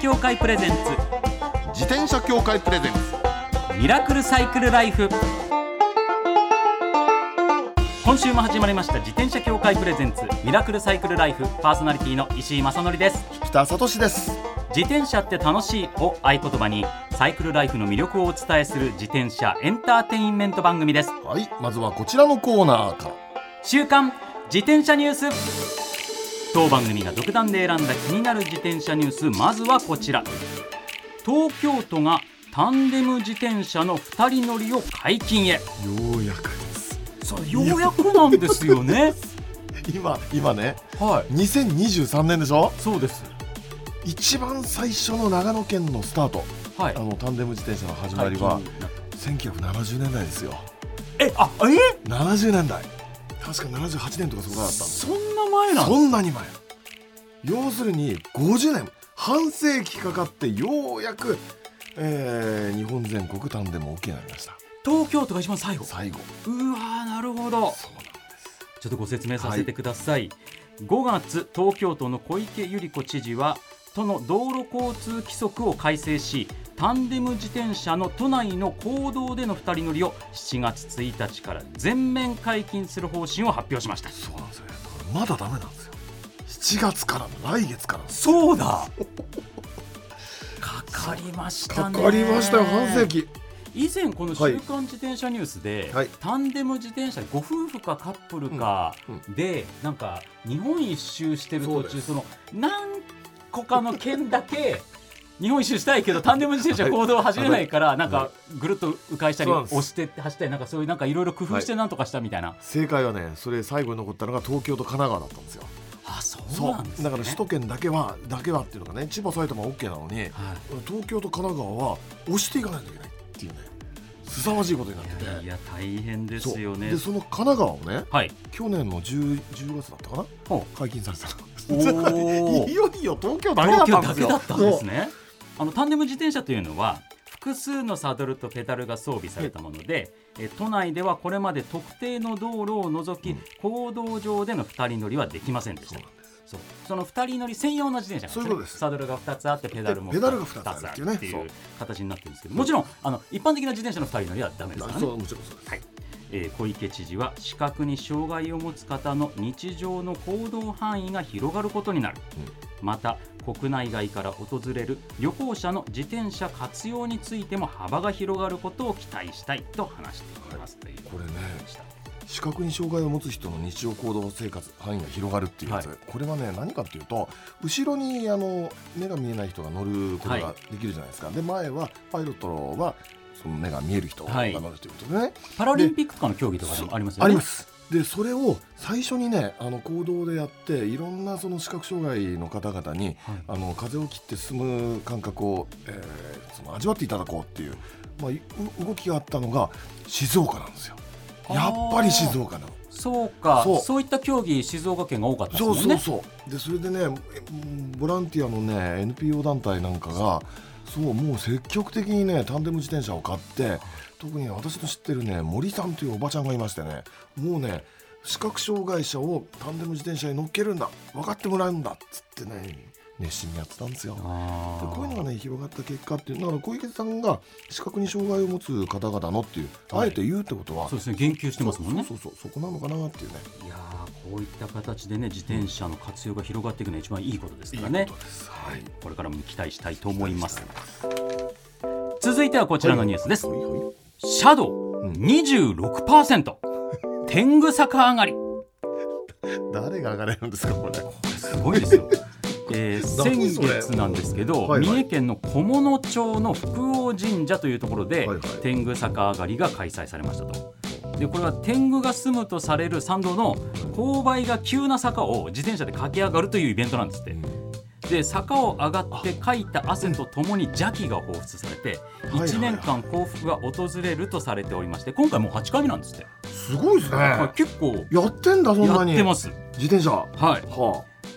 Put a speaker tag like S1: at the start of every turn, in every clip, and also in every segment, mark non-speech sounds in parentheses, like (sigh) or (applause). S1: 協会プレゼンツ
S2: 自転車協会プレゼンツ
S1: ミラクルサイクルライフ今週も始まりました自転車協会プレゼンツミラクルサイクルライフパーソナリティの石井正則です
S2: 北聡です
S1: 自転車って楽しいを合言葉にサイクルライフの魅力をお伝えする自転車エンターテインメント番組です
S2: はいまずはこちらのコーナーから
S1: 週刊自転車ニュース当番組が独断で選んだ気になる自転車ニュースまずはこちら東京都がタンデム自転車の2人乗りを解禁へ
S2: ようやくです
S1: そうようやくなんですよね
S2: 今今ね
S1: (laughs) はい
S2: 2023年でしょ
S1: そうです
S2: 一番最初の長野県のスタート
S1: はい
S2: あのタンデム自転車の始まりは1970年代ですよ
S1: えあえ
S2: 70年代確か78年とかそこらだったんです
S1: そんな前なん
S2: そんなに前要するに50年半世紀かかってようやく、えー日本全国タンデム OK になりました
S1: 東京都が一番最後
S2: 最後
S1: うわーなるほど
S2: そうなんです
S1: ちょっとご説明させてください、5月東京都の小池百合子知事は都の道路交通規則を改正しタンデム自転車の都内の公道での2人乗りを7月1日から全面解禁する方針を発表しました
S2: そうなんですよだからまだダメなんですよ7月からの来月からの
S1: そうだかかりましたね
S2: 紀
S1: 以前この「週刊自転車ニュースで」
S2: はい
S1: タンデム自転車ご夫婦かカップルか
S2: うん
S1: で、なんか日本一周してる途
S2: そう
S1: 中
S2: で
S1: その何個かの県だけ (laughs) 日本一周したいけどタンデム自転車行動を走れないからなんかぐるっと迂回したり
S2: そうなんです
S1: 押して走ったりなんかそういうなんかいろいろ工夫してなんとかしたみたいな、
S2: 正解はねそれ最後に残ったのが東京と神奈川だったんですよ
S1: あそうなんですね
S2: だから首都圏だけはだけはっていうのがね千葉埼玉は OK なのに
S1: は
S2: 東京と神奈川は押していかないといけないっていうね凄まじいことになってて
S1: い、いや大変で
S2: そう
S1: すよね
S2: でその神奈川をね
S1: はい
S2: 去年の 10, 10月だったかな
S1: ほ
S2: (laughs) 解禁されたの
S1: おー
S2: (laughs) いよいよ東京だけだっ
S1: 東京だ
S2: たんです
S1: け
S2: よ
S1: だったんですね。あのタンデム自転車というのは複数のサドルとペダルが装備されたもので、え都内ではこれまで特定の道路を除き、
S2: うん
S1: 公道上での2人乗りはできませんでし
S2: そう
S1: た
S2: そうなんです
S1: そうその2人乗り専用の自転車
S2: そういうことです
S1: サドルが2つあってペダルも
S2: ペダルが二つあるっていうね
S1: 二つあるっていう形になってるんですけどもちろんあの一般的な自転車の2人乗りはダメですからね
S2: そうもちろんそうです、
S1: はいえー小池知事は視覚に障害を持つ方の日常の行動範囲が広がることになる、また国内外から訪れる旅行者の自転車活用についても幅が広がることを期待したいと話しています、という
S2: これね
S1: でした
S2: 視覚に障害を持つ人の日常行動生活範囲が広がるっていうやつ、
S1: はい
S2: これはね何かっていうと後ろにあの目が見えない人が乗ること
S1: は
S2: ができるじゃないですか、で前はパイロットはその目が見える人が
S1: はい
S2: 乗るということでね、
S1: パラリンピックかの競技とかで
S2: そう
S1: もありますよね
S2: ありますでそれを最初にねあの行動でやっていろんなその視覚障害の方々に
S1: はい
S2: あの風を切って進む感覚を、えーその味わっていただこうっていう、まあ、いう動きがあったのが静岡なんですよやっぱり静岡なの
S1: そうかそ
S2: そうう
S1: いった競技静岡県が多かったです
S2: そ
S1: も
S2: うん
S1: ね
S2: そうそうでそれでねえうんボランティアのね NPO 団体なんかがそうもう積極的にねタンデム自転車を買って特に私の知ってるね森さんというおばちゃんがいましてねもうね視覚障害者をタンデム自転車に乗っけるんだ分かってもらうんだっつってね熱心にやってたんですよ。
S1: あ
S2: で
S1: ー
S2: こういうのがね広がった結果っていうだから小池さんが視覚に障害を持つ方々のっていう、
S1: はい
S2: あえて言うってことは
S1: そうですね言及してますもんね
S2: そうそうそうそこなのかなっていうね
S1: いやーこういった形でね自転車の活用が広がっていくのは一番いいことですからね
S2: いいことですはい
S1: これからも期待したいと思います続いてはこちらのニュースです、
S2: はいはい
S1: シャドウ26%、天狗坂上がり
S2: 誰が上がれるんですかこれ
S1: すごいです
S2: (laughs)
S1: よえー
S2: 何
S1: 先
S2: それ
S1: 月なんですけど、
S2: はいはい
S1: 三重県の菰野町の福王神社というところで、
S2: はいはい
S1: 天狗坂上がりが開催されましたとでこれは天狗が住むとされる参道の勾配が急な坂を自転車で駆け上がるというイベントなんですって、で坂を上がってかいた汗とともに邪気が放出されて
S2: はいはい
S1: 1年間幸福が訪れるとされておりまして今回もう8回目なんですって、
S2: すごいですね
S1: まあ結構
S2: やってんだそん
S1: や
S2: な
S1: っ
S2: に
S1: てます
S2: 自転車は
S1: は
S2: あ
S1: い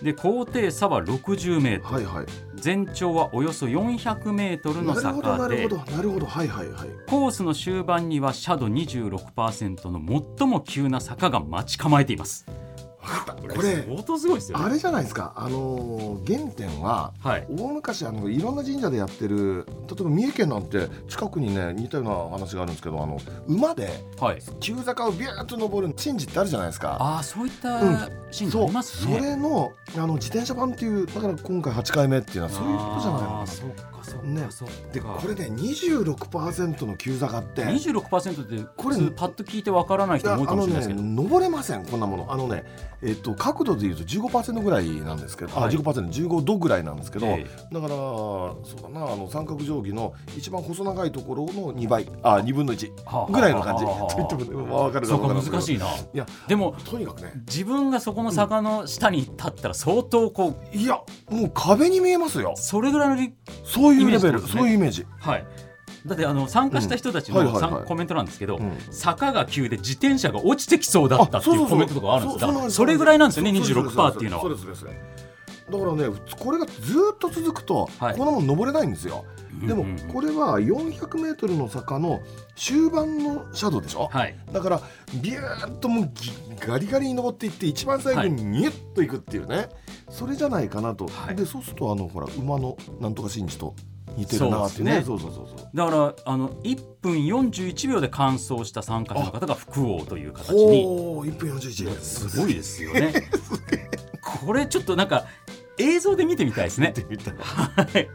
S1: で高低差は60メート
S2: はいはい
S1: ル全長はおよそ400メートル
S2: な
S1: の
S2: るほどな
S1: 坂
S2: る
S1: で
S2: ほどなるほどはいはいはい
S1: コースの終盤には斜度26%の最も急な坂が待ち構えています
S2: これ
S1: 相当すごいですよ、ね、
S2: あれじゃないですかあのー原点は
S1: はい
S2: 大昔あのいろんな神社でやってる例えば三重県なんて近くにね似たような話があるんですけどあの馬で
S1: はい
S2: 急坂をビューッと登る神事ってあるじゃないですか。
S1: ああそういっ
S2: う
S1: たシーンがあります
S2: そ
S1: ね、
S2: れのあの自転車版っていうだから今回8回目っていうのはそういうことじゃない
S1: あ
S2: のか
S1: ー
S2: な
S1: そうかそうか、
S2: ね
S1: そうか
S2: でこれね26%の急坂って
S1: 26%って
S2: こ
S1: こ
S2: れ
S1: れパッと聞いてわからない
S2: い
S1: 人
S2: や
S1: も多い
S2: あ
S1: かも
S2: の
S1: しれない
S2: ね
S1: ですけど、
S2: 登れませんこんなものあのねえっと角度でいうと15%ぐらいなんですけど、
S1: は
S2: あ
S1: い
S2: 15%15 度ぐらいなんですけど、
S1: え
S2: だからそうだなあの三角定規の一番細長いところの2倍あ2分の1
S1: はあはあ
S2: ぐらいの感じ
S1: はあはあ
S2: と言ってもまあわかるか
S1: そう
S2: わ
S1: か
S2: からんけど
S1: 難しいない
S2: や
S1: でも
S2: とにかくね
S1: 自分がそこの坂の下に立ったら相当こう
S2: いやもう壁に見えますよ
S1: それぐらいのり
S2: そういうレベ
S1: イメージで
S2: ル、
S1: すね
S2: そういうイメージ、
S1: はいだってあの参加した人たち
S2: うんはい
S1: の
S2: はいはい
S1: 参コメントなんですけど、
S2: うん
S1: 坂が急で自転車が落ちてきそうだったって
S2: あ
S1: い
S2: そう
S1: う
S2: そうそ
S1: コ
S2: う
S1: メントとかあるんです
S2: そうそう
S1: だ
S2: なんです
S1: それぐらいなんですよね
S2: そう
S1: 26%っていうの
S2: そう
S1: は
S2: ですそうですそうですだからね普通これがずーっと続くと、
S1: はい
S2: こんなもん登れないんですよでも
S1: うんうんうん
S2: これは 400m の坂の終盤のシャドウでしょ、
S1: はい
S2: だからビューッともうぎガリガリに登っていって一番最後にニュッといくっていうね、それじゃないかなと、
S1: はい
S2: でそうするとあのほら馬のなんとか神事と似てるなっていうねそ
S1: そう
S2: そうそうそう
S1: だからあの1分41秒で完走した参加者の方が福王という形に
S2: ほう1分41 (laughs)
S1: すごいですよね。これちょっとなんか映像で見てみたいですね。
S2: みたい
S1: はい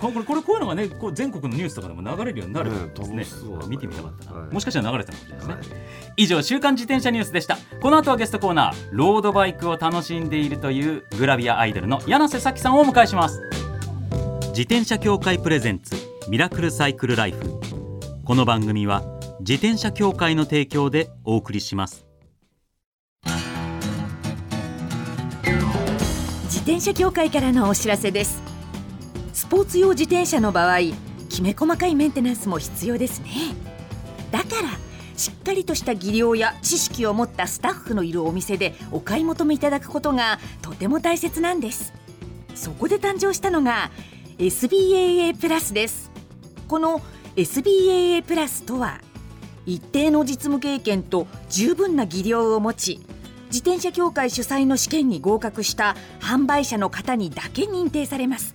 S1: これこれこういうのがねこう全国のニュースとかでも流れるようになるんです
S2: ね
S1: ね
S2: 楽しそうだね
S1: 見てみたかったな、
S2: はい
S1: もしかしたら流れてたかもしれないですね、
S2: はい
S1: 以上週刊自転車ニュースでしたこの後はゲストコーナーロードバイクを楽しんでいるというグラビアアイドルの柳瀬咲さんをお迎えします自転車協会プレゼンツミラクルサイクルライフこの番組は自転車協会の提供でお送りします
S3: 自転車協会からのお知らせですスポーツ用自転車の場合きめ細かいメンテナンスも必要ですねだからしっかりとした技量や知識を持ったスタッフのいるお店でお買い求めいただくことがとても大切なんですそこで誕生したのが SBAA プラスですこの SBAA プラスとは一定の実務経験と十分な技量を持ち自転車協会主催の試験に合格した販売者の方にだけ認定されます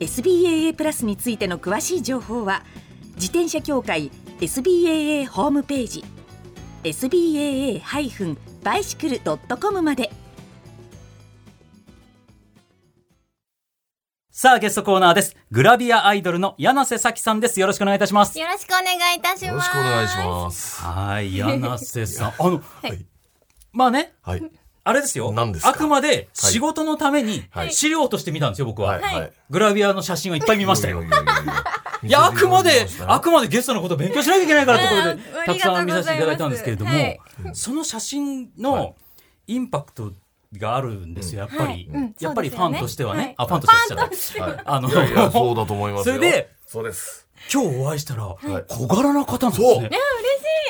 S3: SBAA プラスについての詳しい情報は自転車協会 SBAA ホームページ SBAA-bicycle.com まで
S1: さあゲストコーナーですグラビアアイドルの柳瀬咲さんですよろしくお願いいたします
S4: よろしくお願いいたします。
S5: よろしくお願いします。
S1: (laughs) はい柳瀬さんあの
S5: はい。
S1: まあね
S5: はい。
S1: あれですよ
S5: 何ですか
S1: あくまで仕事のために
S5: はい
S1: 資料として見たんですよ僕は、
S5: はい。はい。
S1: グラビアの写真はいっぱい見ましたよ
S5: いやいやいやいや。(laughs)
S1: いや、あくまで、あ
S5: あ
S1: くまでゲストのことを勉強しなきゃいけないからってことで
S4: うん、あ
S1: たく
S4: りがとうご
S1: さ
S4: ざ
S1: ん
S4: いま
S1: 見
S4: す
S1: させていただいたんですけれども、
S4: はい
S1: その写真のインパクトがあるんですよ、やっぱり。
S4: はいうん
S1: やっぱりファンとしてはね。
S4: そうですよね
S1: あ、ファンとしては
S4: し
S5: はい。
S1: あの、
S5: いやいや、そうだと思いますよ。
S1: (laughs) それで、
S5: そうです。
S1: 今日お会いしたら、
S5: い
S1: 小柄な方なんですね。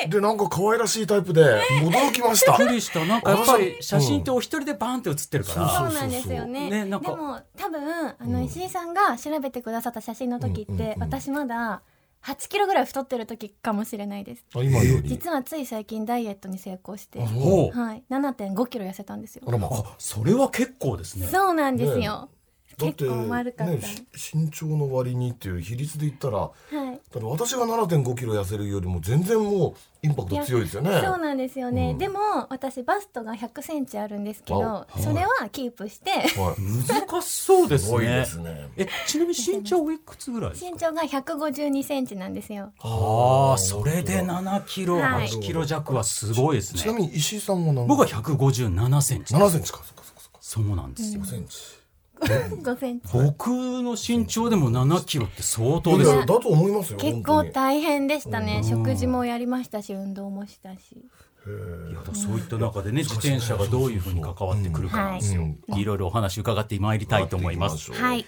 S2: でなんか可愛らしいタイプで驚きました
S1: びっくりした。なんかやっぱり写真ってお一人でバーンって写ってるから。
S5: そう
S4: そうなんですよね。
S1: ね
S4: で
S1: な
S4: も
S1: んか
S4: 多分あの石井さんが調べてくださった写真の時って、
S5: うんうんうん
S4: 私まだ8キロぐらい太ってる時かもしれないです。
S5: あ今より。
S4: 実はつい最近ダイエットに成功して、
S1: ほう
S4: はい、7.5キロ痩せたんですよ。
S5: あらまあ。
S1: あ、それは結構ですね。
S4: そうなんですよ。
S2: だって
S4: 結構丸かった。
S2: ねし身長の割にっていう比率で言ったらだ
S4: はい。
S2: って私が7 5キロ痩せるよりも全然もうインパクト強いですよね
S4: そうなんですよね、
S2: うん
S4: でも私バストが100センチあるんですけど、
S2: わお
S4: それはキープして
S2: はい
S1: 難しそうですす
S2: ごいで
S1: ね。
S2: すね
S1: え、ちなみに身長おいくつぐらいですか
S4: 身長が152センチなんですよ
S1: ああ、それで7キロ、
S4: はい
S1: 8キロ弱はすごいです
S2: ちな
S1: ね。
S2: みに石井さんも何
S1: 僕は157センチ。
S2: 7センチかそっかそっかそっか
S1: そうなんですよ
S2: 5。センチ
S4: 5センチ
S1: 僕の身長でも7キロって相当です
S2: いやい
S1: よ
S2: や。だと思いますよ
S4: 結
S2: 本当
S4: 構
S2: に
S4: 大変でしたね
S1: うん
S4: 食事もやりましたし運動もしたし
S1: いやだからそういった中でね、自
S2: 難しいね
S1: 転車がどういうふうに関わってくるかなんですよ、
S2: うん
S1: いろいろお話伺ってまいりたいと思います。
S4: はい。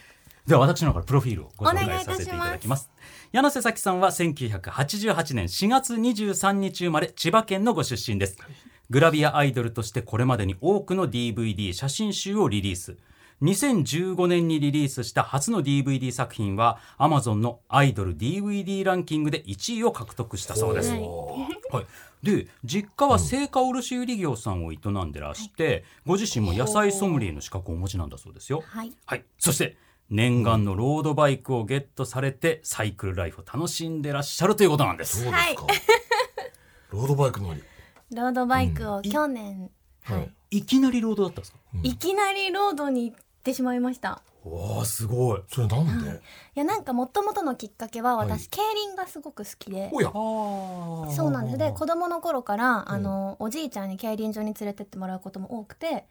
S1: では私の方からプロフィールをご紹
S4: お願い
S1: 介
S4: い
S1: さ
S4: たします
S1: せていただきます。柳瀬咲さんは1988年4月23日生まれ千葉県のご出身です。グラビアアイドルとしてこれまでに多くの DVD 写真集をリリース。2015年にリリースした初の DVD 作品は Amazon のアイドル DVD ランキングで1位を獲得したそうです。はい、で実家は青果卸売業さんを営んでらして、ご自身も野菜ソムリエの資格をお持ちなんだそうですよ。
S4: はい。
S1: はい、そして念願のロードバイクをゲットされてサイクルライフを楽しんでらっしゃるということなんです。
S5: そう
S2: (laughs)
S5: ですか。ロードバイク乗り。
S4: ロードバイクを去年、はい
S1: いきなりロードだったんですか。
S4: いきなりロードに行ってしまいました。
S1: わあすごい。
S2: それなんで
S4: いやなんかもともとのきっかけは私、
S2: はい
S4: 競輪がすごく好きで
S2: おや
S1: あ
S4: そうなんですで子
S1: こ
S4: 供の頃からあの、おじいちゃんに競輪場に連れてってもらうことも多くてっ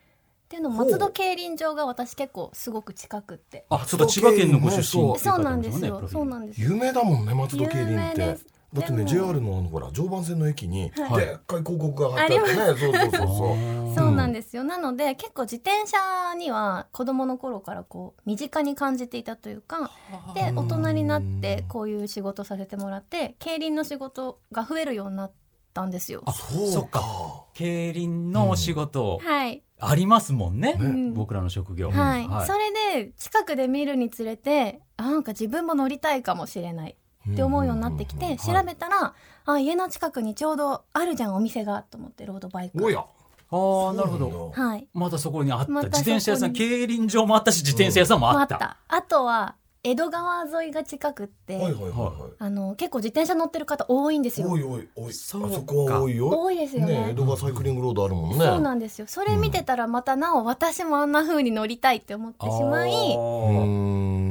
S4: ていうのも松戸競輪場が私結構すごく近くって
S1: あ、ちょっと千葉県のご出身
S2: そう
S1: ってい
S4: そううな
S1: 方
S4: ん
S1: で
S4: ですす
S1: よ
S4: よ
S1: ね。
S4: そうなんんです
S2: 有名だもんね松戸競輪っ
S4: 有名
S2: て
S4: です
S2: だって
S4: で
S2: ね
S4: も
S2: JR のあのほら常磐線の駅にでっ
S4: は
S2: かい広告が貼ってあってねそうそうそうそう
S4: そうなんですよなので結構自転車には子供の頃からこう身近に感じていたというかで大人になってこういう仕事させてもらって競輪の仕事が増えるようになったんですよ
S1: あ、
S2: そう
S1: そっか。
S2: か
S1: 競輪のお仕事
S4: はい
S1: ありますもんね。
S4: ん
S1: 僕らの職業。
S4: はい、そ
S1: い
S4: れで近くで見るにつれてあなんか自分も乗りたいかもしれないって思うようになってきて、調べたら、あ家の近くにちょうどあるじゃんお店がと思ってロードバイク
S2: おや
S1: ああ、なるほど。
S4: はい
S1: またそこにあった
S4: ま
S1: 自
S4: たそこに
S1: 転車屋さん競輪場もあったし自転車屋さんもあった,、
S4: あとは江戸川沿いが近くって、
S2: はいはいはいは
S4: あの結構自転車乗ってる方多いんです
S2: い
S4: よ
S2: おいおいおいあそ
S1: そうか
S2: こは多いよ
S4: 多いですよね
S2: ね江戸川サイクリングロードあるもんね
S4: そうなんですよそれ見てたらまたなお私もあんな風に乗りたいって思ってしまい、
S2: う
S1: も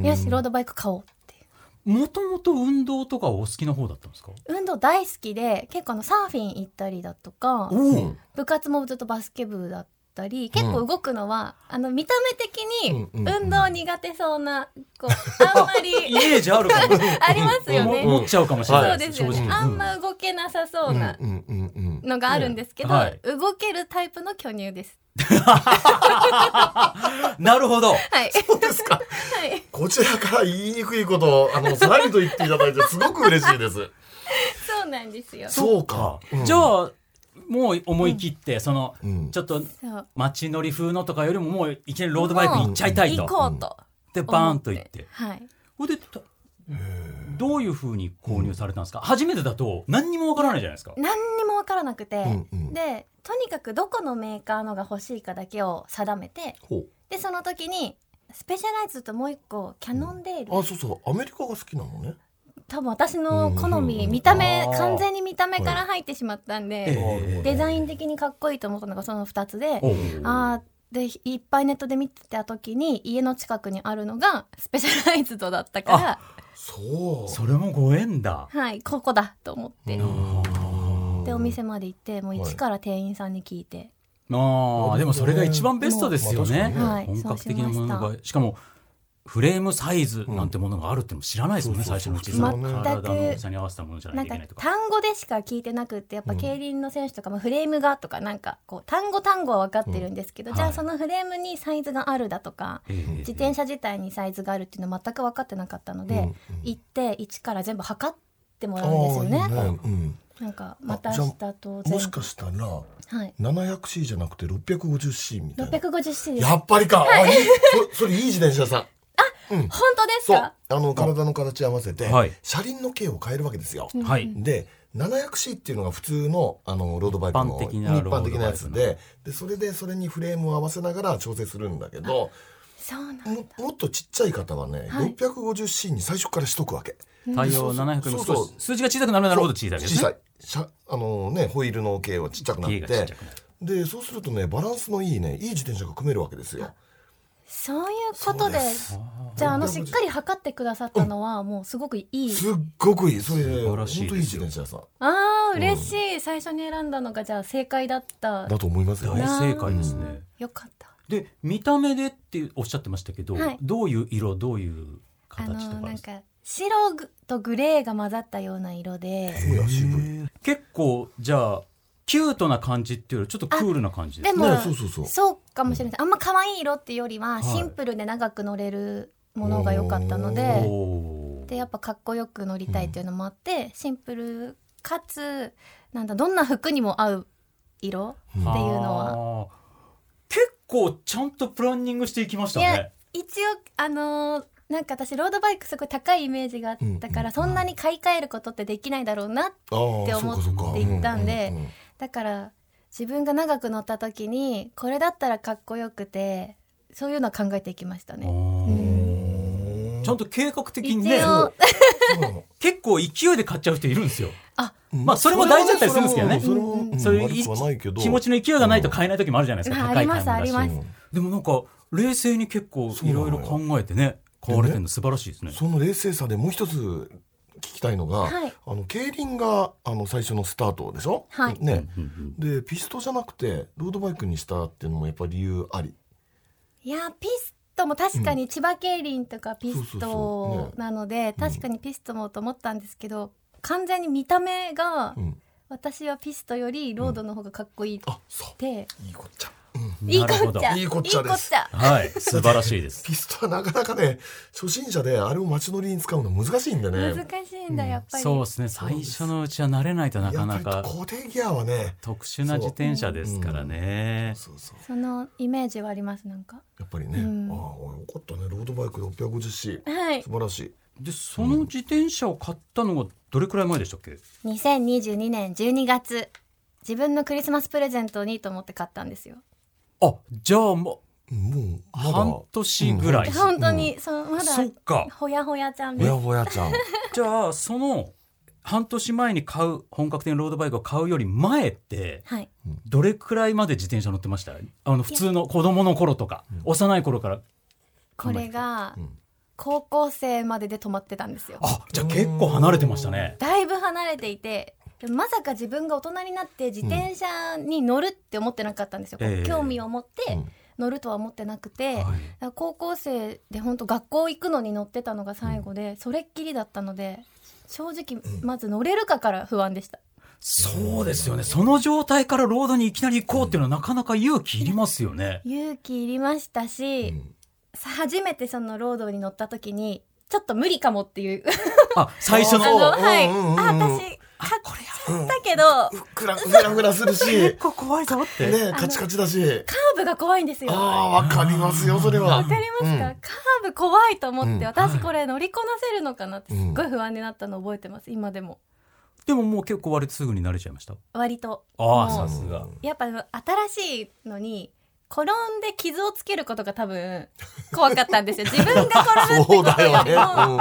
S2: ーん
S4: よしロードバイク買おうっていう
S1: ともと運動とかお好きな方だったんですか
S4: 運動大好きで結構あのサーフィン行ったりだとか
S2: うん
S4: 部活もずっとバスケ部だったり結構動くのは、あの見た目的に
S2: うんうんうん
S4: 運動苦手そうな子、あんま
S1: イ
S4: り
S1: メージあるかも
S4: ありますよね、
S1: 思っちゃうかもしれ (laughs)
S4: そ
S1: な
S4: う
S1: い
S4: です
S1: 正
S4: よ
S1: 直
S2: 正
S4: ね、
S2: 直
S4: あんま動けなさそうな
S2: うんうんうん
S4: のがあるんですけど、
S1: うんはい
S4: 動けるタイプの巨乳です
S1: なるほど
S4: はい
S2: そうですか
S4: はい
S2: こちらから言いにくいことをあのさらりと言っていただいてすごく嬉しい
S4: (laughs)
S2: です
S4: そうなんですよそ
S2: そうかうん
S1: じゃあもう思い切ってその、
S2: うん
S1: ちょっと
S4: う
S1: 街乗り風のとかよりももういきなりロードバイク行っちゃいたい
S4: 行
S1: と
S4: こうと
S1: でバーンと行って
S4: はい
S1: ほいでたどういうふうに購入されたんですか、初めてだと何にもわからないじゃないですか
S4: 何にも分からなくて、
S2: うんうん
S4: でとにかくどこのメーカーのが欲しいかだけを定めて
S2: ほ
S4: でその時にスペシャライズともう一個キャノンデール
S2: うあそうそうアメリカが好きなのね
S4: 多分私の好
S2: うんうん
S4: み、
S2: うん
S4: 見た目
S1: あー
S4: 完全に見た目から入ってしまったんで、
S1: ええ
S4: デザイン的にかっこいいと思ったのがその2つで、
S1: おう
S4: あーでいっぱいネットで見てた時に家の近くにあるのがスペシャライズドだったから、
S2: そう
S1: それもご縁だ
S4: はい、ここだと思って、
S2: うん
S4: でお店まで行ってもう
S2: はい
S4: 一から店員さんに聞いて、
S1: ああでもそれが一番ベストですよね,、
S2: ま
S4: あ確かに
S1: 本
S4: ね
S1: 格的なものがしかもフレームサイズなんてものがあるっていうのも知らないですもんね、
S2: うん
S1: 最初のうち
S2: そうそう
S1: その
S4: 全く
S1: 体の大きさに合わせたものじゃな
S4: ないん
S1: とい
S4: か
S1: けないとか
S4: 単語でしか聞いてなくってやっぱ
S2: うん
S4: 競輪の選手とかもフレームがとかなんかこう単語単語は分かってるんですけど、
S1: うん
S4: じゃ
S1: は
S4: あ
S1: い
S4: そのフレームにサイズがあるだとか、
S1: ええ
S4: 自転車自体にサイズがあるっていうのは全く分かってなかったので、
S2: うんうん
S4: 行って一から全部測っても
S2: あ
S4: らうんですよ
S2: ーいい
S4: ね。
S2: ねうん
S4: なんかまた明日と全
S2: も
S4: 部
S2: しかしたら
S4: はい、
S2: 700C じゃなくて 650C みたいな
S4: 650cc です。
S2: や
S4: 本
S2: っぱりか、あいいそ (laughs) それいい自転車さ
S4: 当です
S2: そうあ
S4: か？
S2: の体の形合わせて、
S1: はい
S2: 車輪の径を変えるわけですよ、
S1: はい
S2: で 700C っていうのが普通のあのロードバイクの
S1: 一般的な
S2: 一般的なやつ
S1: ロードバ
S2: ででそれでそれにフレームを合わせながら調整するんだけど
S4: そうなんだ。
S2: ももっとちっちゃい方はね、
S4: はい
S2: 650C に最初からしとくわけ。
S1: 対応700よりも
S2: そう
S1: 少
S2: そ
S1: し数字が小さくなるなるほど小さいです
S2: 小さ
S1: ね
S2: い車あのねホイールの径はちっちゃくなっ
S1: 径
S2: て
S1: がちっちゃくなる
S2: でそうするとねバランスのいいねいい自転車が組めるわけですよ。
S4: そういうことで
S2: そうです
S4: じゃああのしっかり測ってくださったのはもうすごくいい。
S2: すっごくいいそれ
S1: 素晴
S2: 本
S1: ら
S2: 当
S1: し
S2: い
S1: い
S2: い
S1: です
S2: 自
S1: よ
S2: 転車さん
S4: ああ嬉しい。最初に選んだのがじゃあ正解だった。
S2: だと思いますよ。
S1: 大正解ですね
S4: よかった。
S1: で見た目でっておっしゃってましたけど、
S4: はい
S1: どういう色どういう
S4: あ
S1: 形と
S4: の
S1: か
S4: なんか白とグレーが混ざったような色で。
S2: おや渋い。
S1: 結構じゃあキュートな感じっていうよりちょっとクールな感じ
S4: でも、
S5: ねそうそうそう
S4: かもしれないあんま可愛い色っていうよりは、
S1: い
S4: シンプルで長く乗れるものが良かったの
S1: お
S4: で
S1: おー
S4: でやっぱかっこよく乗りたいっていうのもあって、シンプルかつなんだどんな服にも合う色っていうのは、
S1: は結構ちゃんとプランニングしていきました
S4: いや
S1: ね
S4: 一応あのーなんか私ロードバイクすごい高いイメージがあったから、そんなに買い替えることってできないだろうな
S5: あー
S4: って思っていったんで
S5: ううう
S4: だから自分が長く乗った時にこれだったらかっこよくてそういうのは考えていきましたね。
S1: ちゃんと計画的
S4: 一
S1: にね
S4: 応
S5: そうなの
S1: 結構勢いで買っちゃう人いるんですよ
S4: あ
S1: まあそれも大事だったりするんですけどね
S5: それもうん
S1: そういう
S5: 悪くはないけど
S1: 気持ちの勢いがないと買えない時もあるじゃないですか、
S4: まあ
S1: 高い
S4: あります
S1: 買い
S4: あ
S1: 物
S4: り
S1: だし
S4: ま
S1: でもなんか冷静に結構
S5: そう
S1: い
S5: なの
S1: ろい
S5: よ
S1: ろ考えてね買われてるの素晴らしいですね
S5: その冷静さでもう一つ聞きたいのが、
S4: はい
S5: あの競輪があの最初のスタートでしょ、
S4: はい
S5: ね
S1: うんうん
S5: でピストじゃなくてロードバイクにしたっていうのもやっぱり理由あり
S4: いやピストも確かに千葉競輪とかピ
S5: そ
S4: ス
S5: うそうそうね
S4: トなので確かにピストもと思ったんですけど完全に見た目が
S5: うん
S4: 私はピストよりロードの方がかっこいいっ
S5: あそ
S4: て、
S5: ういいこっちゃ
S4: いい
S1: なる
S4: こ
S1: ほ
S4: っ
S1: ど
S4: ちゃ
S5: いいこっちゃです
S4: いいこっちゃ
S1: はい素晴らし
S4: (laughs)
S1: いです
S5: ピストはなかなかね初心者であれを街乗りに使うの難しいんでね
S4: 難しいんだやっぱり、
S1: そうですね最初のうちは慣れないとなかな
S5: やっぱ
S1: か
S5: り固定ギアはね
S1: 特殊な自転車ですからね
S5: そうそう
S4: そのイメージはありますなんか
S5: やっぱりね、
S4: うん
S5: ああよかったねロードバイク 650C
S4: はい
S5: 素晴らしい
S1: でその自転車を買ったのはどれくらい前でしたっけ
S4: 2022年12月自分のクリスマスプレゼントにと思って買ったんですよ
S1: あじゃあも
S5: もう
S1: う
S5: まだ
S1: 半年ぐらい、
S4: 本当に、そうまだ
S1: そっか
S4: ほやほやちゃん
S5: ほ
S4: で
S5: や
S4: す
S5: ほやちゃん
S1: じゃあその半年前に買う本格的なロードバイクを買うより前って
S4: はい
S1: どれくらいまで自転車乗ってましたあの普通の子供の頃とか幼い頃から
S4: これが
S5: うん
S4: 高校生までで止まってたんですよ
S1: あじゃあ結構離れてましたね
S4: だいぶ離れていてでもまさか自分が大人になって自転車に乗るって思ってなかったんですよ、こう
S1: ええ
S4: 興味を持って
S5: うん
S4: 乗るとは思ってなくて、だか
S1: はい
S4: ら高校生で本当学校行くのに乗ってたのが最後で、それっきりだったので正直まず乗れるかから不安でした、
S1: そうですよねその状態からロードにいきなり行こうっていうのはなかなか勇気いりますよ
S5: (laughs)
S1: ね
S4: 勇気いりましたし、
S5: ん
S4: さ初めてそのロードに乗った時にちょっと無理かもっていう
S5: (laughs)
S1: あ最初
S4: あの
S1: の
S4: はい、
S5: うんうんうん
S4: あ私買っちゃったけど、
S5: ふっくらふらふらするし
S4: (laughs)
S5: ね
S1: 結構怖いぞって、
S5: カチカチだし
S4: カーブが怖いんですよ
S5: あ
S4: わ
S5: あわかりますよそれはわ
S4: かりますか、カーブ怖いと思って、
S5: うん
S4: 私これ乗りこなせるのかなって
S5: う
S4: す
S5: ん
S4: っごい不安になったの覚えてます今でも
S1: でももう結構割とすぐに慣れちゃいました
S4: 割と
S1: ああ
S4: も
S1: さ
S4: う
S1: すが
S4: やっぱ新しいのに転んで傷をつけることが多分怖かったんですよ自分が転ぶって
S5: (laughs) そう
S4: こ
S5: だ
S4: とよ
S5: よ
S4: り
S5: ね
S4: も
S5: う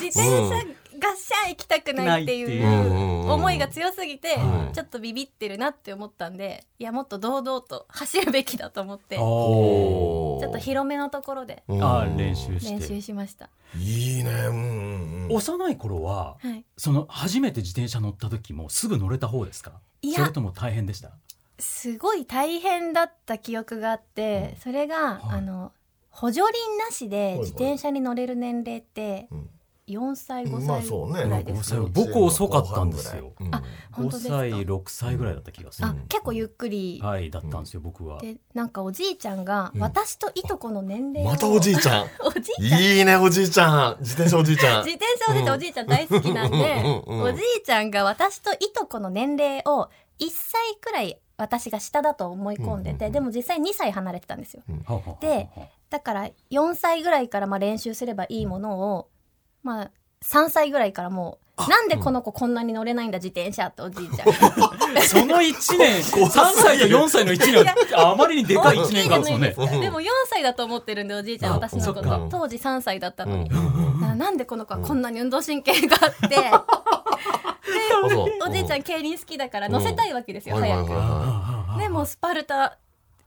S4: 自転車がっしゃ行きたくないっていう
S1: ない
S5: っていう
S4: 思いが強すぎて
S5: うん
S4: ちょっとビビってるなって思ったんでいやもっと堂々と走るべきだと思ってち
S1: あ
S4: ょ
S5: ん
S1: ー
S4: っと広めのところで
S5: うん
S1: あー練習して
S4: 練習しました。
S5: いいねうんうんうん
S1: 幼い頃は
S4: はい、
S1: その初めて自転車乗った時もすぐ乗れた方ですか
S4: い
S1: それ
S4: や
S1: とも大変でした
S4: すごい大変だった記憶があってそれが、
S1: はい
S4: あの補助輪なしで
S5: いはい
S4: 自転車に乗れる年齢って
S5: うん
S4: 4歳5
S5: まあそうね
S4: 歳ぐらいですか、
S1: 5歳僕遅かったんですよ
S5: うん
S4: あ本
S1: 5
S4: 当です
S1: 歳
S4: か
S1: 6歳ぐらいだった気がする
S4: あ結構ゆっくり、
S1: はいだったんですよ僕は
S4: でなんかおじいちゃんが
S5: うん
S4: 私といとこの年齢を、
S5: またおじいちゃん
S4: おじいちゃん
S5: いいねおじいちゃん自転車おじいちゃん
S4: 自転車おじいちゃん、おじいちゃん大好きなんで、
S5: うんうんうん
S4: おじいちゃんが私といとこの年齢を1歳くらい私が下だと思い込んでて、
S5: うんうんうん
S4: でも実際2歳離れてたんですよ
S1: はあはあはあ
S4: でだから4歳ぐらいからまあ練習すればいいものを、まあ3歳ぐらいからもうなんでこの子こんなに乗れないんだ自転車っておじいちゃんが
S1: その1年3 (laughs) 歳と4歳の1年はあまりにでかい1年間ですよね
S4: 大きいじゃないですかでも4歳だと思ってるんでおじいちゃん
S1: あ
S4: 私のこ
S1: そっ
S4: と当時3歳だった
S5: う
S4: の
S5: ん
S4: に、ななんでこの子はこんなに運動神経があってで
S5: あそう
S4: おじいちゃん競輪好きだから乗せたいわけですよ、
S5: はいはい
S4: 早
S5: はい
S4: く。
S5: は
S4: でもうスパルタ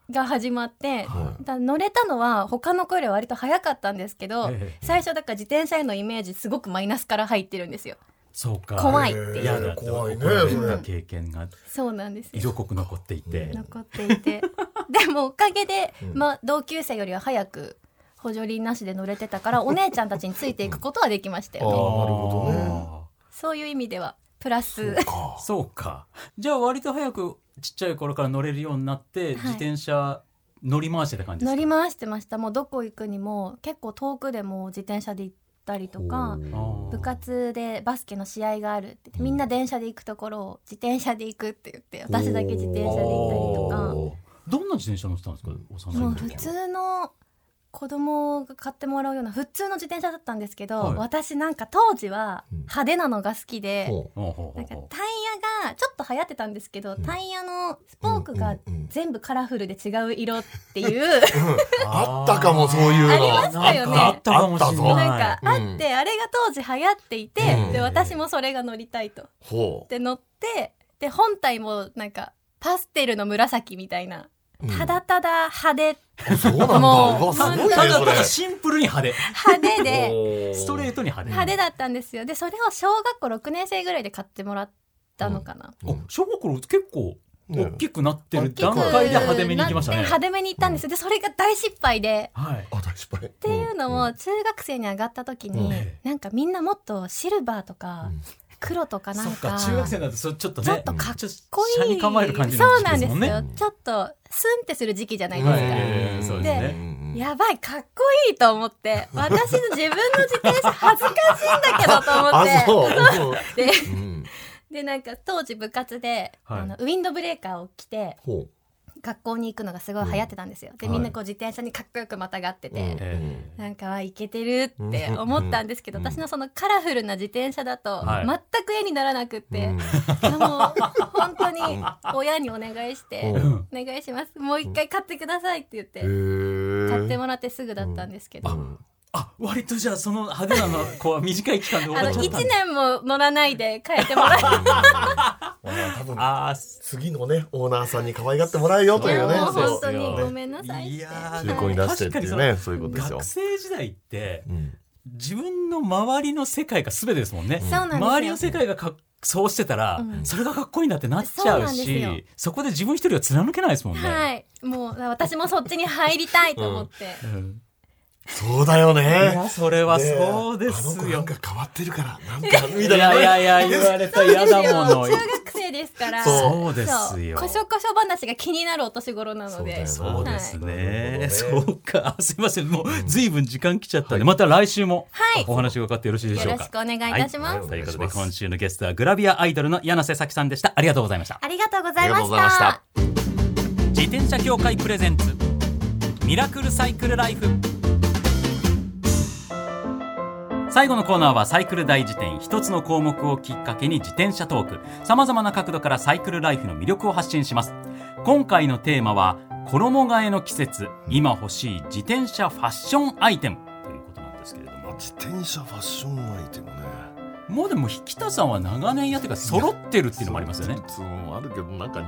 S4: が始まっ
S5: は
S4: て、
S5: い
S4: だから乗れたのは他の子よりは割と早かったんですけど、
S1: ええ
S4: 最初だから自転車へのイメージすごくマイナスから入ってるんですよ
S1: そうか
S4: 怖いっ
S5: い
S4: ていう、
S5: えー
S1: 嫌だと
S5: 怖いね
S1: 怒られ
S5: そ
S1: た
S5: れ
S1: 経験が
S4: そうなんですよ
S1: 色濃く残っていて
S4: 残っていてでもおかげで、まあ、同級生よりは早く補助輪なしで乗れてたからお姉ちゃんたちについていくことはできましたよ
S5: あ
S4: ね
S5: ーなるほどね
S1: あ
S4: そういう意味ではプラス
S5: か
S1: そうかじゃあ割と早くちっちゃい頃から乗れるようになって、
S4: い
S1: 自転車乗り回してた感じです
S4: 乗
S1: か
S4: り回してましたもうどこ行くにも結構遠くでも自転車で行ったりとか
S1: あー
S4: 部活でバスケの試合があるって言ってみんな電車で行くところを自転車で行くって言って私だけ自転車で行ったりとか
S5: おー
S1: どんな自転車乗ってたんですか
S4: も
S1: 幼
S4: う
S1: い時
S4: 普通の子供が買ってもらうような普通の自転車だったんですけど、
S1: はい
S4: 私なんか当時は
S5: うん
S4: 派手なのが好きで、
S5: ほ
S1: ほうほう
S4: なんか
S1: ほう
S4: タイヤがちょっと流行ってたんですけど、
S5: うん
S4: タイヤのス
S5: う
S4: ポークが
S5: うんうんうん
S4: 全部カラフルで違う色っていう、
S5: (laughs) あったかもそういうの
S4: ありましたよね
S1: あったかもしれ
S5: あったぞ
S1: ない
S4: なんかあ
S5: うん
S4: って、あれが当時流行っていて、
S5: うん
S4: で私もそれが乗りたいと。
S5: ほ
S4: で乗ってで本体もなんかパステルの紫みたいな
S5: ううん
S4: ただただ派手
S5: あそうなんだう
S4: もう
S5: わすごいね
S1: ただ
S5: そ
S1: た
S5: れ
S1: だシンプルに派
S4: 派手
S5: (laughs)
S1: 手
S4: で。
S5: で
S1: ストレートに派手
S4: 派手だったんですよでそれを小学校6年生ぐらいで買ってもらったのかな、
S1: お小学校結構
S5: ね
S1: 大きくなって
S5: 大
S1: る
S5: きく
S1: 段階で派手めに行きましたね
S4: なって派手めに行ったんですよでそれが大失敗で
S1: はい
S5: あ大失敗っ
S4: っていうのも中学生に上がった時
S1: う
S4: に、
S1: ん
S4: なんかみんなもっとシルバーと
S5: う
S4: か
S5: ん
S4: 黒とかな
S1: そ
S4: ん
S1: っ
S4: か
S1: か中学生だとそれちょっとね
S4: ちょっとかっ
S1: ちょっ
S4: こいい
S1: と斜に構える感じ
S4: そうなんです
S1: も
S4: よ、
S1: んね
S4: ちょっとスンってする時期じゃないですか、
S1: ええそうですね
S4: やばいかっこいいと思って私の自分の自転車恥ずかしいんだけど
S1: (laughs)
S5: あ
S4: と思っ
S5: そううん
S4: てで
S5: うん
S4: でなんか当時部活で、
S1: はい
S4: あのウィンドブレーカーを着て
S5: ほ
S4: 学校に行くのがすごい流行ってたんですよ、で
S5: はい
S4: みんなこう自転車にかっこよくまたがって
S5: う
S4: て、
S5: うん
S1: え
S4: なんかはいけてるって思ったんですけど、
S5: うん
S4: 私のそのカラフルな自転車だと
S1: はい
S4: 全く絵にならなくっ
S5: う
S4: て、
S5: ん
S4: あの本当に親にお願いして
S5: う
S1: え
S5: ん
S1: うん
S4: お願いしますもう一回買ってくださいって言って、
S5: へえ
S4: 買ってもらってすぐだったんですけど、
S5: うん
S1: あ割とじゃあその派手なの子は短い期間で終
S4: あ
S1: わ
S4: の
S1: っちゃった
S4: 1
S1: んだ
S4: 年も乗らないで変えてもらっ
S5: まあ多分
S1: あ
S5: 次のねオーナーさんに可愛がってもらえよと
S4: て
S5: い
S1: や
S5: うね
S4: もう
S1: そう
S4: 本当にごめんなさいって
S1: いや
S5: そう中古に出してっていうねそういうことですよ
S1: 学生時代って
S5: うん
S1: 自分の周りの世界が全てですもんね
S4: そうなんですよ
S1: 周りの世界がかっそうしてたら、
S4: うん
S1: それがかっこいいなってなっちゃう
S4: そう
S1: し
S4: なん
S1: そ
S4: で
S1: こで自分一人は貫けないですもんね。
S4: はいもう私もそっちに入りたいと思って、
S1: うん
S5: そうだよ
S1: い
S5: ね
S1: やそれはそうで
S5: あの
S1: す
S5: 子な
S1: よ
S5: ん。か変わってるからなんか
S1: い
S5: みたいな
S1: や
S5: ね
S1: いやいや言われたら嫌だもの。
S4: 中学生ですから
S1: そうですよ
S4: こしょこしょ話が気になるお年頃なので
S5: そうだよな
S1: そうですね。
S5: はい
S1: そうか。すいません。もう随分時間来ちゃったんで、また来週も
S4: はい
S1: お話が伺ってよろしいで
S4: よ
S1: しょう
S4: ろ
S1: か
S4: しく。お願いいたします、
S5: はい
S1: というこ
S5: お願いし
S1: とで
S5: ます
S1: 今週のゲストはグラビアアイドルの柳瀬咲さんでした。ありがとうございました。
S4: ありがとうございま
S5: ありがとう
S4: し
S5: ございました
S4: た
S1: 自転車協会プレゼンツミラクルサイクルライフ最後のコーナーはサイクル大辞典一つの項目をきっかけに自転車トークさまざまな角度からサイクルライフの魅力を発信します今回のテーマは衣替えの季節今欲しい自転車ファッションアイテムということなんですけれども
S2: 自転車ファッションアイテムね
S1: もうでも引田さんは長年やってるから揃ってるっていうのもありますよね
S2: そうもあるけどなんか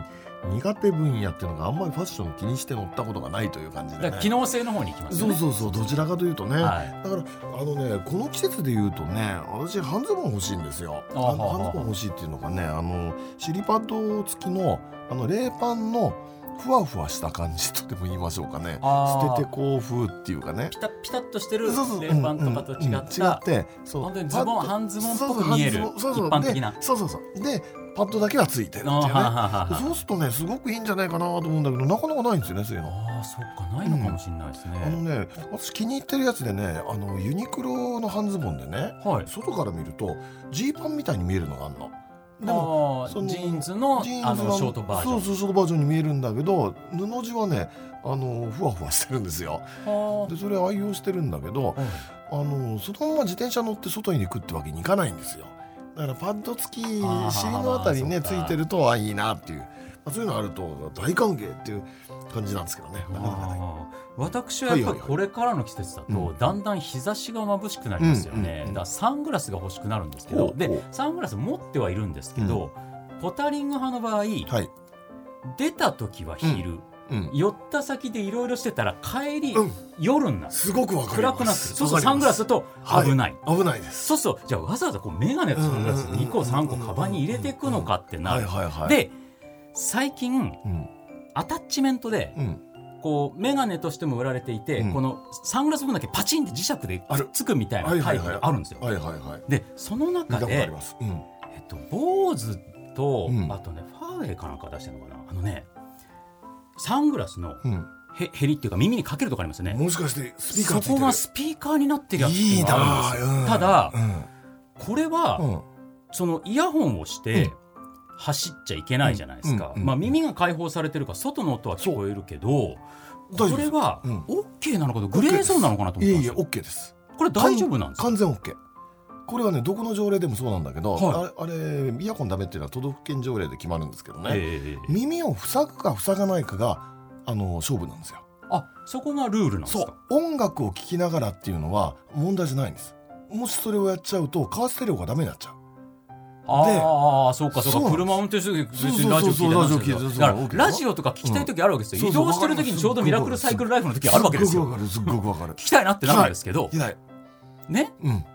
S2: 苦手分野っていうのがあんまりファッション気にして乗ったことがないという感じ
S1: だ
S2: で、
S1: から
S2: ね、
S1: 機能性の方に行きますよ
S2: そう
S1: ね
S2: そうそうどちらかというとね、
S1: はい
S2: だからあのねこの季節で言うとね私半ズボン欲しいんですよ
S1: あは
S2: あの
S1: は
S2: 半ズボン欲しいっていうのがねあのシリパッド付きのあの冷パンのふわふわした感じとでも言いましょうかね
S1: あー
S2: 捨ててこう風っていうかね
S1: ピタッピタッとしてる
S2: そうそう
S1: 冷パンとかと違
S2: うんうんうん
S1: っ
S2: 違
S1: た
S2: ってそう
S1: 本当にズボン
S2: パッと
S1: 半ズボンっぽく
S2: そうそう
S1: 見える
S2: 半ズボンそうそう
S1: 一般的な
S2: でそうそうそうでパッドだけはついてるってい
S1: あーは
S2: うね
S1: ははは
S2: そうするとねすごくいいんじゃないかなと思うんだけどなかなかないんですよねそういうの。
S1: ああそっかないのかもしれないですね、
S2: あのね私気に入ってるやつでねあのユニクロの半ズボンでね
S1: はい
S2: 外から見るとジーパンみたいに見えるのがあるの。でも
S1: も
S2: その
S1: ジーンズの
S2: ジ
S1: あ
S2: ーンズ
S1: のショートバージョ
S2: そ
S1: ン
S2: うそうショートバージョンに見えるんだけど布地はねあのふわふわしてるんですよ。
S1: は
S2: でそれ愛用してるんだけど
S1: あはい
S2: あのそのまま自転車乗って外に行くってわけにいかないんですよ。だからパッド付き尻
S1: あー
S2: のあたりにね
S1: そ
S2: つ
S1: うか
S2: いてるとあいいなっていう、まあ、そういうのあると大歓迎っていう感じなんですけどね。なかなかない
S1: あー私はやっぱりこれからの季節だ
S2: はいはいは
S1: と
S2: い
S1: だんだん日差しが眩しくなりますよ
S2: うんうん
S1: ねだ
S2: うん
S1: からサングラスが欲しくなるんですけ
S2: ほ
S1: ど
S2: うほ
S1: で
S2: う
S1: サングラス持ってはいるんですけどポタリング派の場合
S2: はい。
S1: 出た時は昼
S2: うん。
S1: 寄った先でいろいろしてたら帰り
S2: うん
S1: 夜になる
S2: すごくわかりま
S1: 暗
S2: す。
S1: くなるそうす
S2: わ
S1: ると
S2: かります
S1: サングラスだと危ない
S2: 危ないです。
S1: そうするとじゃあわざわざこうメガネとサングラス
S2: うんうんうんうん
S1: 2個3個カバンに入れていくのかってな
S2: はい
S1: る。
S2: はいはい。、
S1: で最近
S2: うん
S1: アタッチメントで
S2: うん、
S1: こうメガネとしても売られていて、
S2: うん
S1: このサングラス部分だけパチンって磁石でくっつくみたいな
S2: ある
S1: タイプがあるんですよ。
S2: はいはいはい。
S1: でその中
S2: 見たことあ
S1: で
S2: ります。うん。
S1: ええっと坊主と、
S2: うん
S1: あとねファーウェイかなんか出してるのかなあのねサングラスの
S2: うん、
S1: へへりっていうか耳にかけるとかありますよね
S2: もしかしてスピーカー
S1: そ
S2: ついてる
S1: こがスピーカーになってるやつって
S2: い
S1: いう
S2: い
S1: のが
S2: な
S1: あ
S2: あ
S1: るんですよただ、
S2: う
S1: これは、
S2: んうん
S1: そのイヤホンをして、
S2: うん
S1: 走っちゃいけないじゃないですか、
S2: うんうん
S1: まあ、耳が解放されてるから外の音は聞こえるけど
S2: そう大丈
S1: こ
S2: 夫
S1: れ
S2: です
S1: は
S2: うん
S1: OK なのかとグレーゾーンなのかなと思っ
S2: い
S1: たん
S2: えい
S1: です
S2: え
S1: よ
S2: OK です
S1: これ大丈夫なんですか
S2: 完全 OK これはねどこの条例でもそうなんだけど、
S1: は
S2: あれあれイヤホンダメっていうのは都道府県条例で決まるんですけどね、
S1: ええええ
S2: 耳を塞ぐか塞がないかがあの勝負なんですよ
S1: あそこがルールなんです
S2: そう
S1: か
S2: 音楽を聴きながらっていうのは問題じゃないんですもしそれをやっちゃうとカーステレオがダメになっちゃう
S1: ああそうか
S2: そ
S1: そう
S2: うな
S1: か
S2: ん
S1: 車運転
S2: です
S1: する時別にラジオ聞いて
S2: そう
S1: な
S2: そうそうそう
S1: いですけど
S2: ラジオ聞いてそうそう
S1: だか
S2: OK
S1: らラジオとか聞きたい時あるわけですよ
S2: そう
S1: 移
S2: そう
S1: 動してる時にちょうど
S2: わかります
S1: ミラクルサイクルライフの時あるわけです
S2: すっご
S1: よ
S2: くわかるすっごくわかる
S1: 聞きたいなってなるんですけど
S2: 嫌い
S1: ね
S2: うん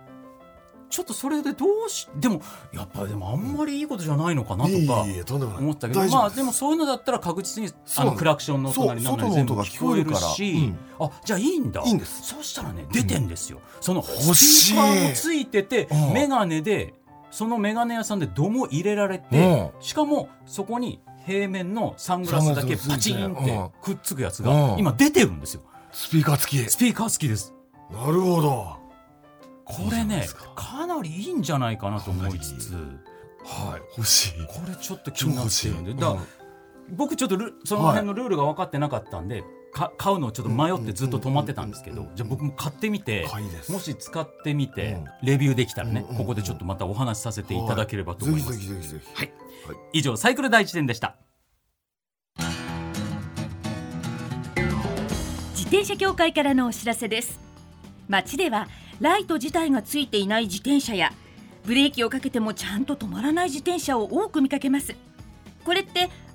S1: ちょっとそれでどうしでもやっぱりでもあんまりいいことじゃないのかなと
S2: いえい
S1: か
S2: えいえとんでもない
S1: 思ったけど
S2: 大丈夫
S1: まあ
S2: す
S1: でもそういうのだったら確実に
S2: そ
S1: あ
S2: う
S1: のクラクションの音なりなんなり
S2: そう
S1: 全部
S2: 外の音が
S1: 聞こえるし、
S2: 聞こえる
S1: あじゃあいいんだ
S2: いいんです
S1: そうしたらね出てんですよ、その
S2: しい
S1: スピーカーもついてて
S2: うん
S1: メガネでそのメガネ屋さんで度も入れられて、しかもそこに平面のサングラスだけパ
S2: サングラス
S1: チ
S2: ついて
S1: ンってくっつくやつが
S2: うん
S1: 今出てるんですよ
S2: スピーカー付き
S1: スピーカー好きです
S2: なるほど
S1: これねかなりいいんじゃないかなと思いつつ
S2: はい欲しい
S1: これちょっと気になってるんで
S2: 超欲しい
S1: だから
S2: うん
S1: 僕ちょっとルその辺のルールが分かってなかったんで、か買うのをちょっと迷ってずっと止まってたんですけ
S2: うん
S1: ど
S2: うん
S1: じゃあ僕も買ってみて
S2: 買いです
S1: もし使ってみて、
S2: うん
S1: レビューできたらね、
S2: うんうん
S1: ここでちょっとまたお話しさせていただければと思います、
S2: ぜひぜひぜひぜひ
S1: 以上サイクル第一点でした
S3: 自転車協会からのお知らせです街ではライト自体がついていない自転車やブレーキをかけてもちゃんと止まらない自転車を多く見かけますこれって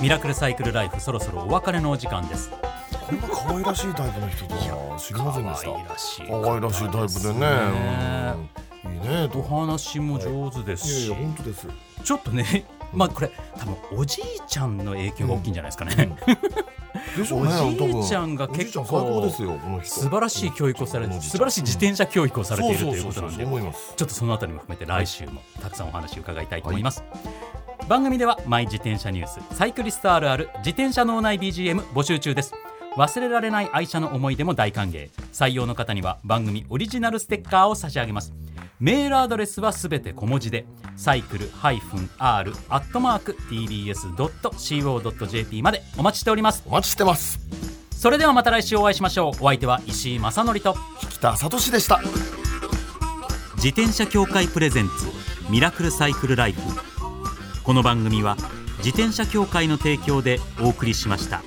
S1: ミラクルサイクルライフそろそろお別れのお時間です
S2: こんな可愛らしいタイプの人だな知りませんでした
S1: 可愛らしい
S2: 可愛らしいタイプでねうんいいね
S1: お
S2: と
S1: 話も上手です
S2: い
S1: し、
S2: やいや本当です
S1: ちょっとねまあこれ多分おじいちゃんの影響が大きいんじゃないですかね、
S2: でしょうね
S1: おじいちゃんが
S2: 多分おじい
S1: 結
S2: ちゃ
S1: 構
S2: ん最高ですよこの人
S1: 素晴らしい教育をされて
S2: うん
S1: 素晴らしい自転車教育をされているということなん
S2: そうそうそうそう
S1: で
S2: 思います
S1: ちょっとそのあたりも含めて来週もたくさんお話を伺いたいと思います、番組ではマイ自転車ニュースサイクリストあるある自転車脳内 BGM 募集中です忘れられない愛車の思い出も大歓迎採用の方には番組オリジナルステッカーを差し上げますメールアドレスはすべて小文字でサイクル -r アットマーク tbs.co.jp までお待ちしております
S2: お待ちしてます
S1: それではまた来週お会いしましょうお相手は石井正則と
S2: 北里志でした
S1: 自転車協会プレゼンツミラクルサイクルライフこの番組は自転車協会の提供でお送りしました。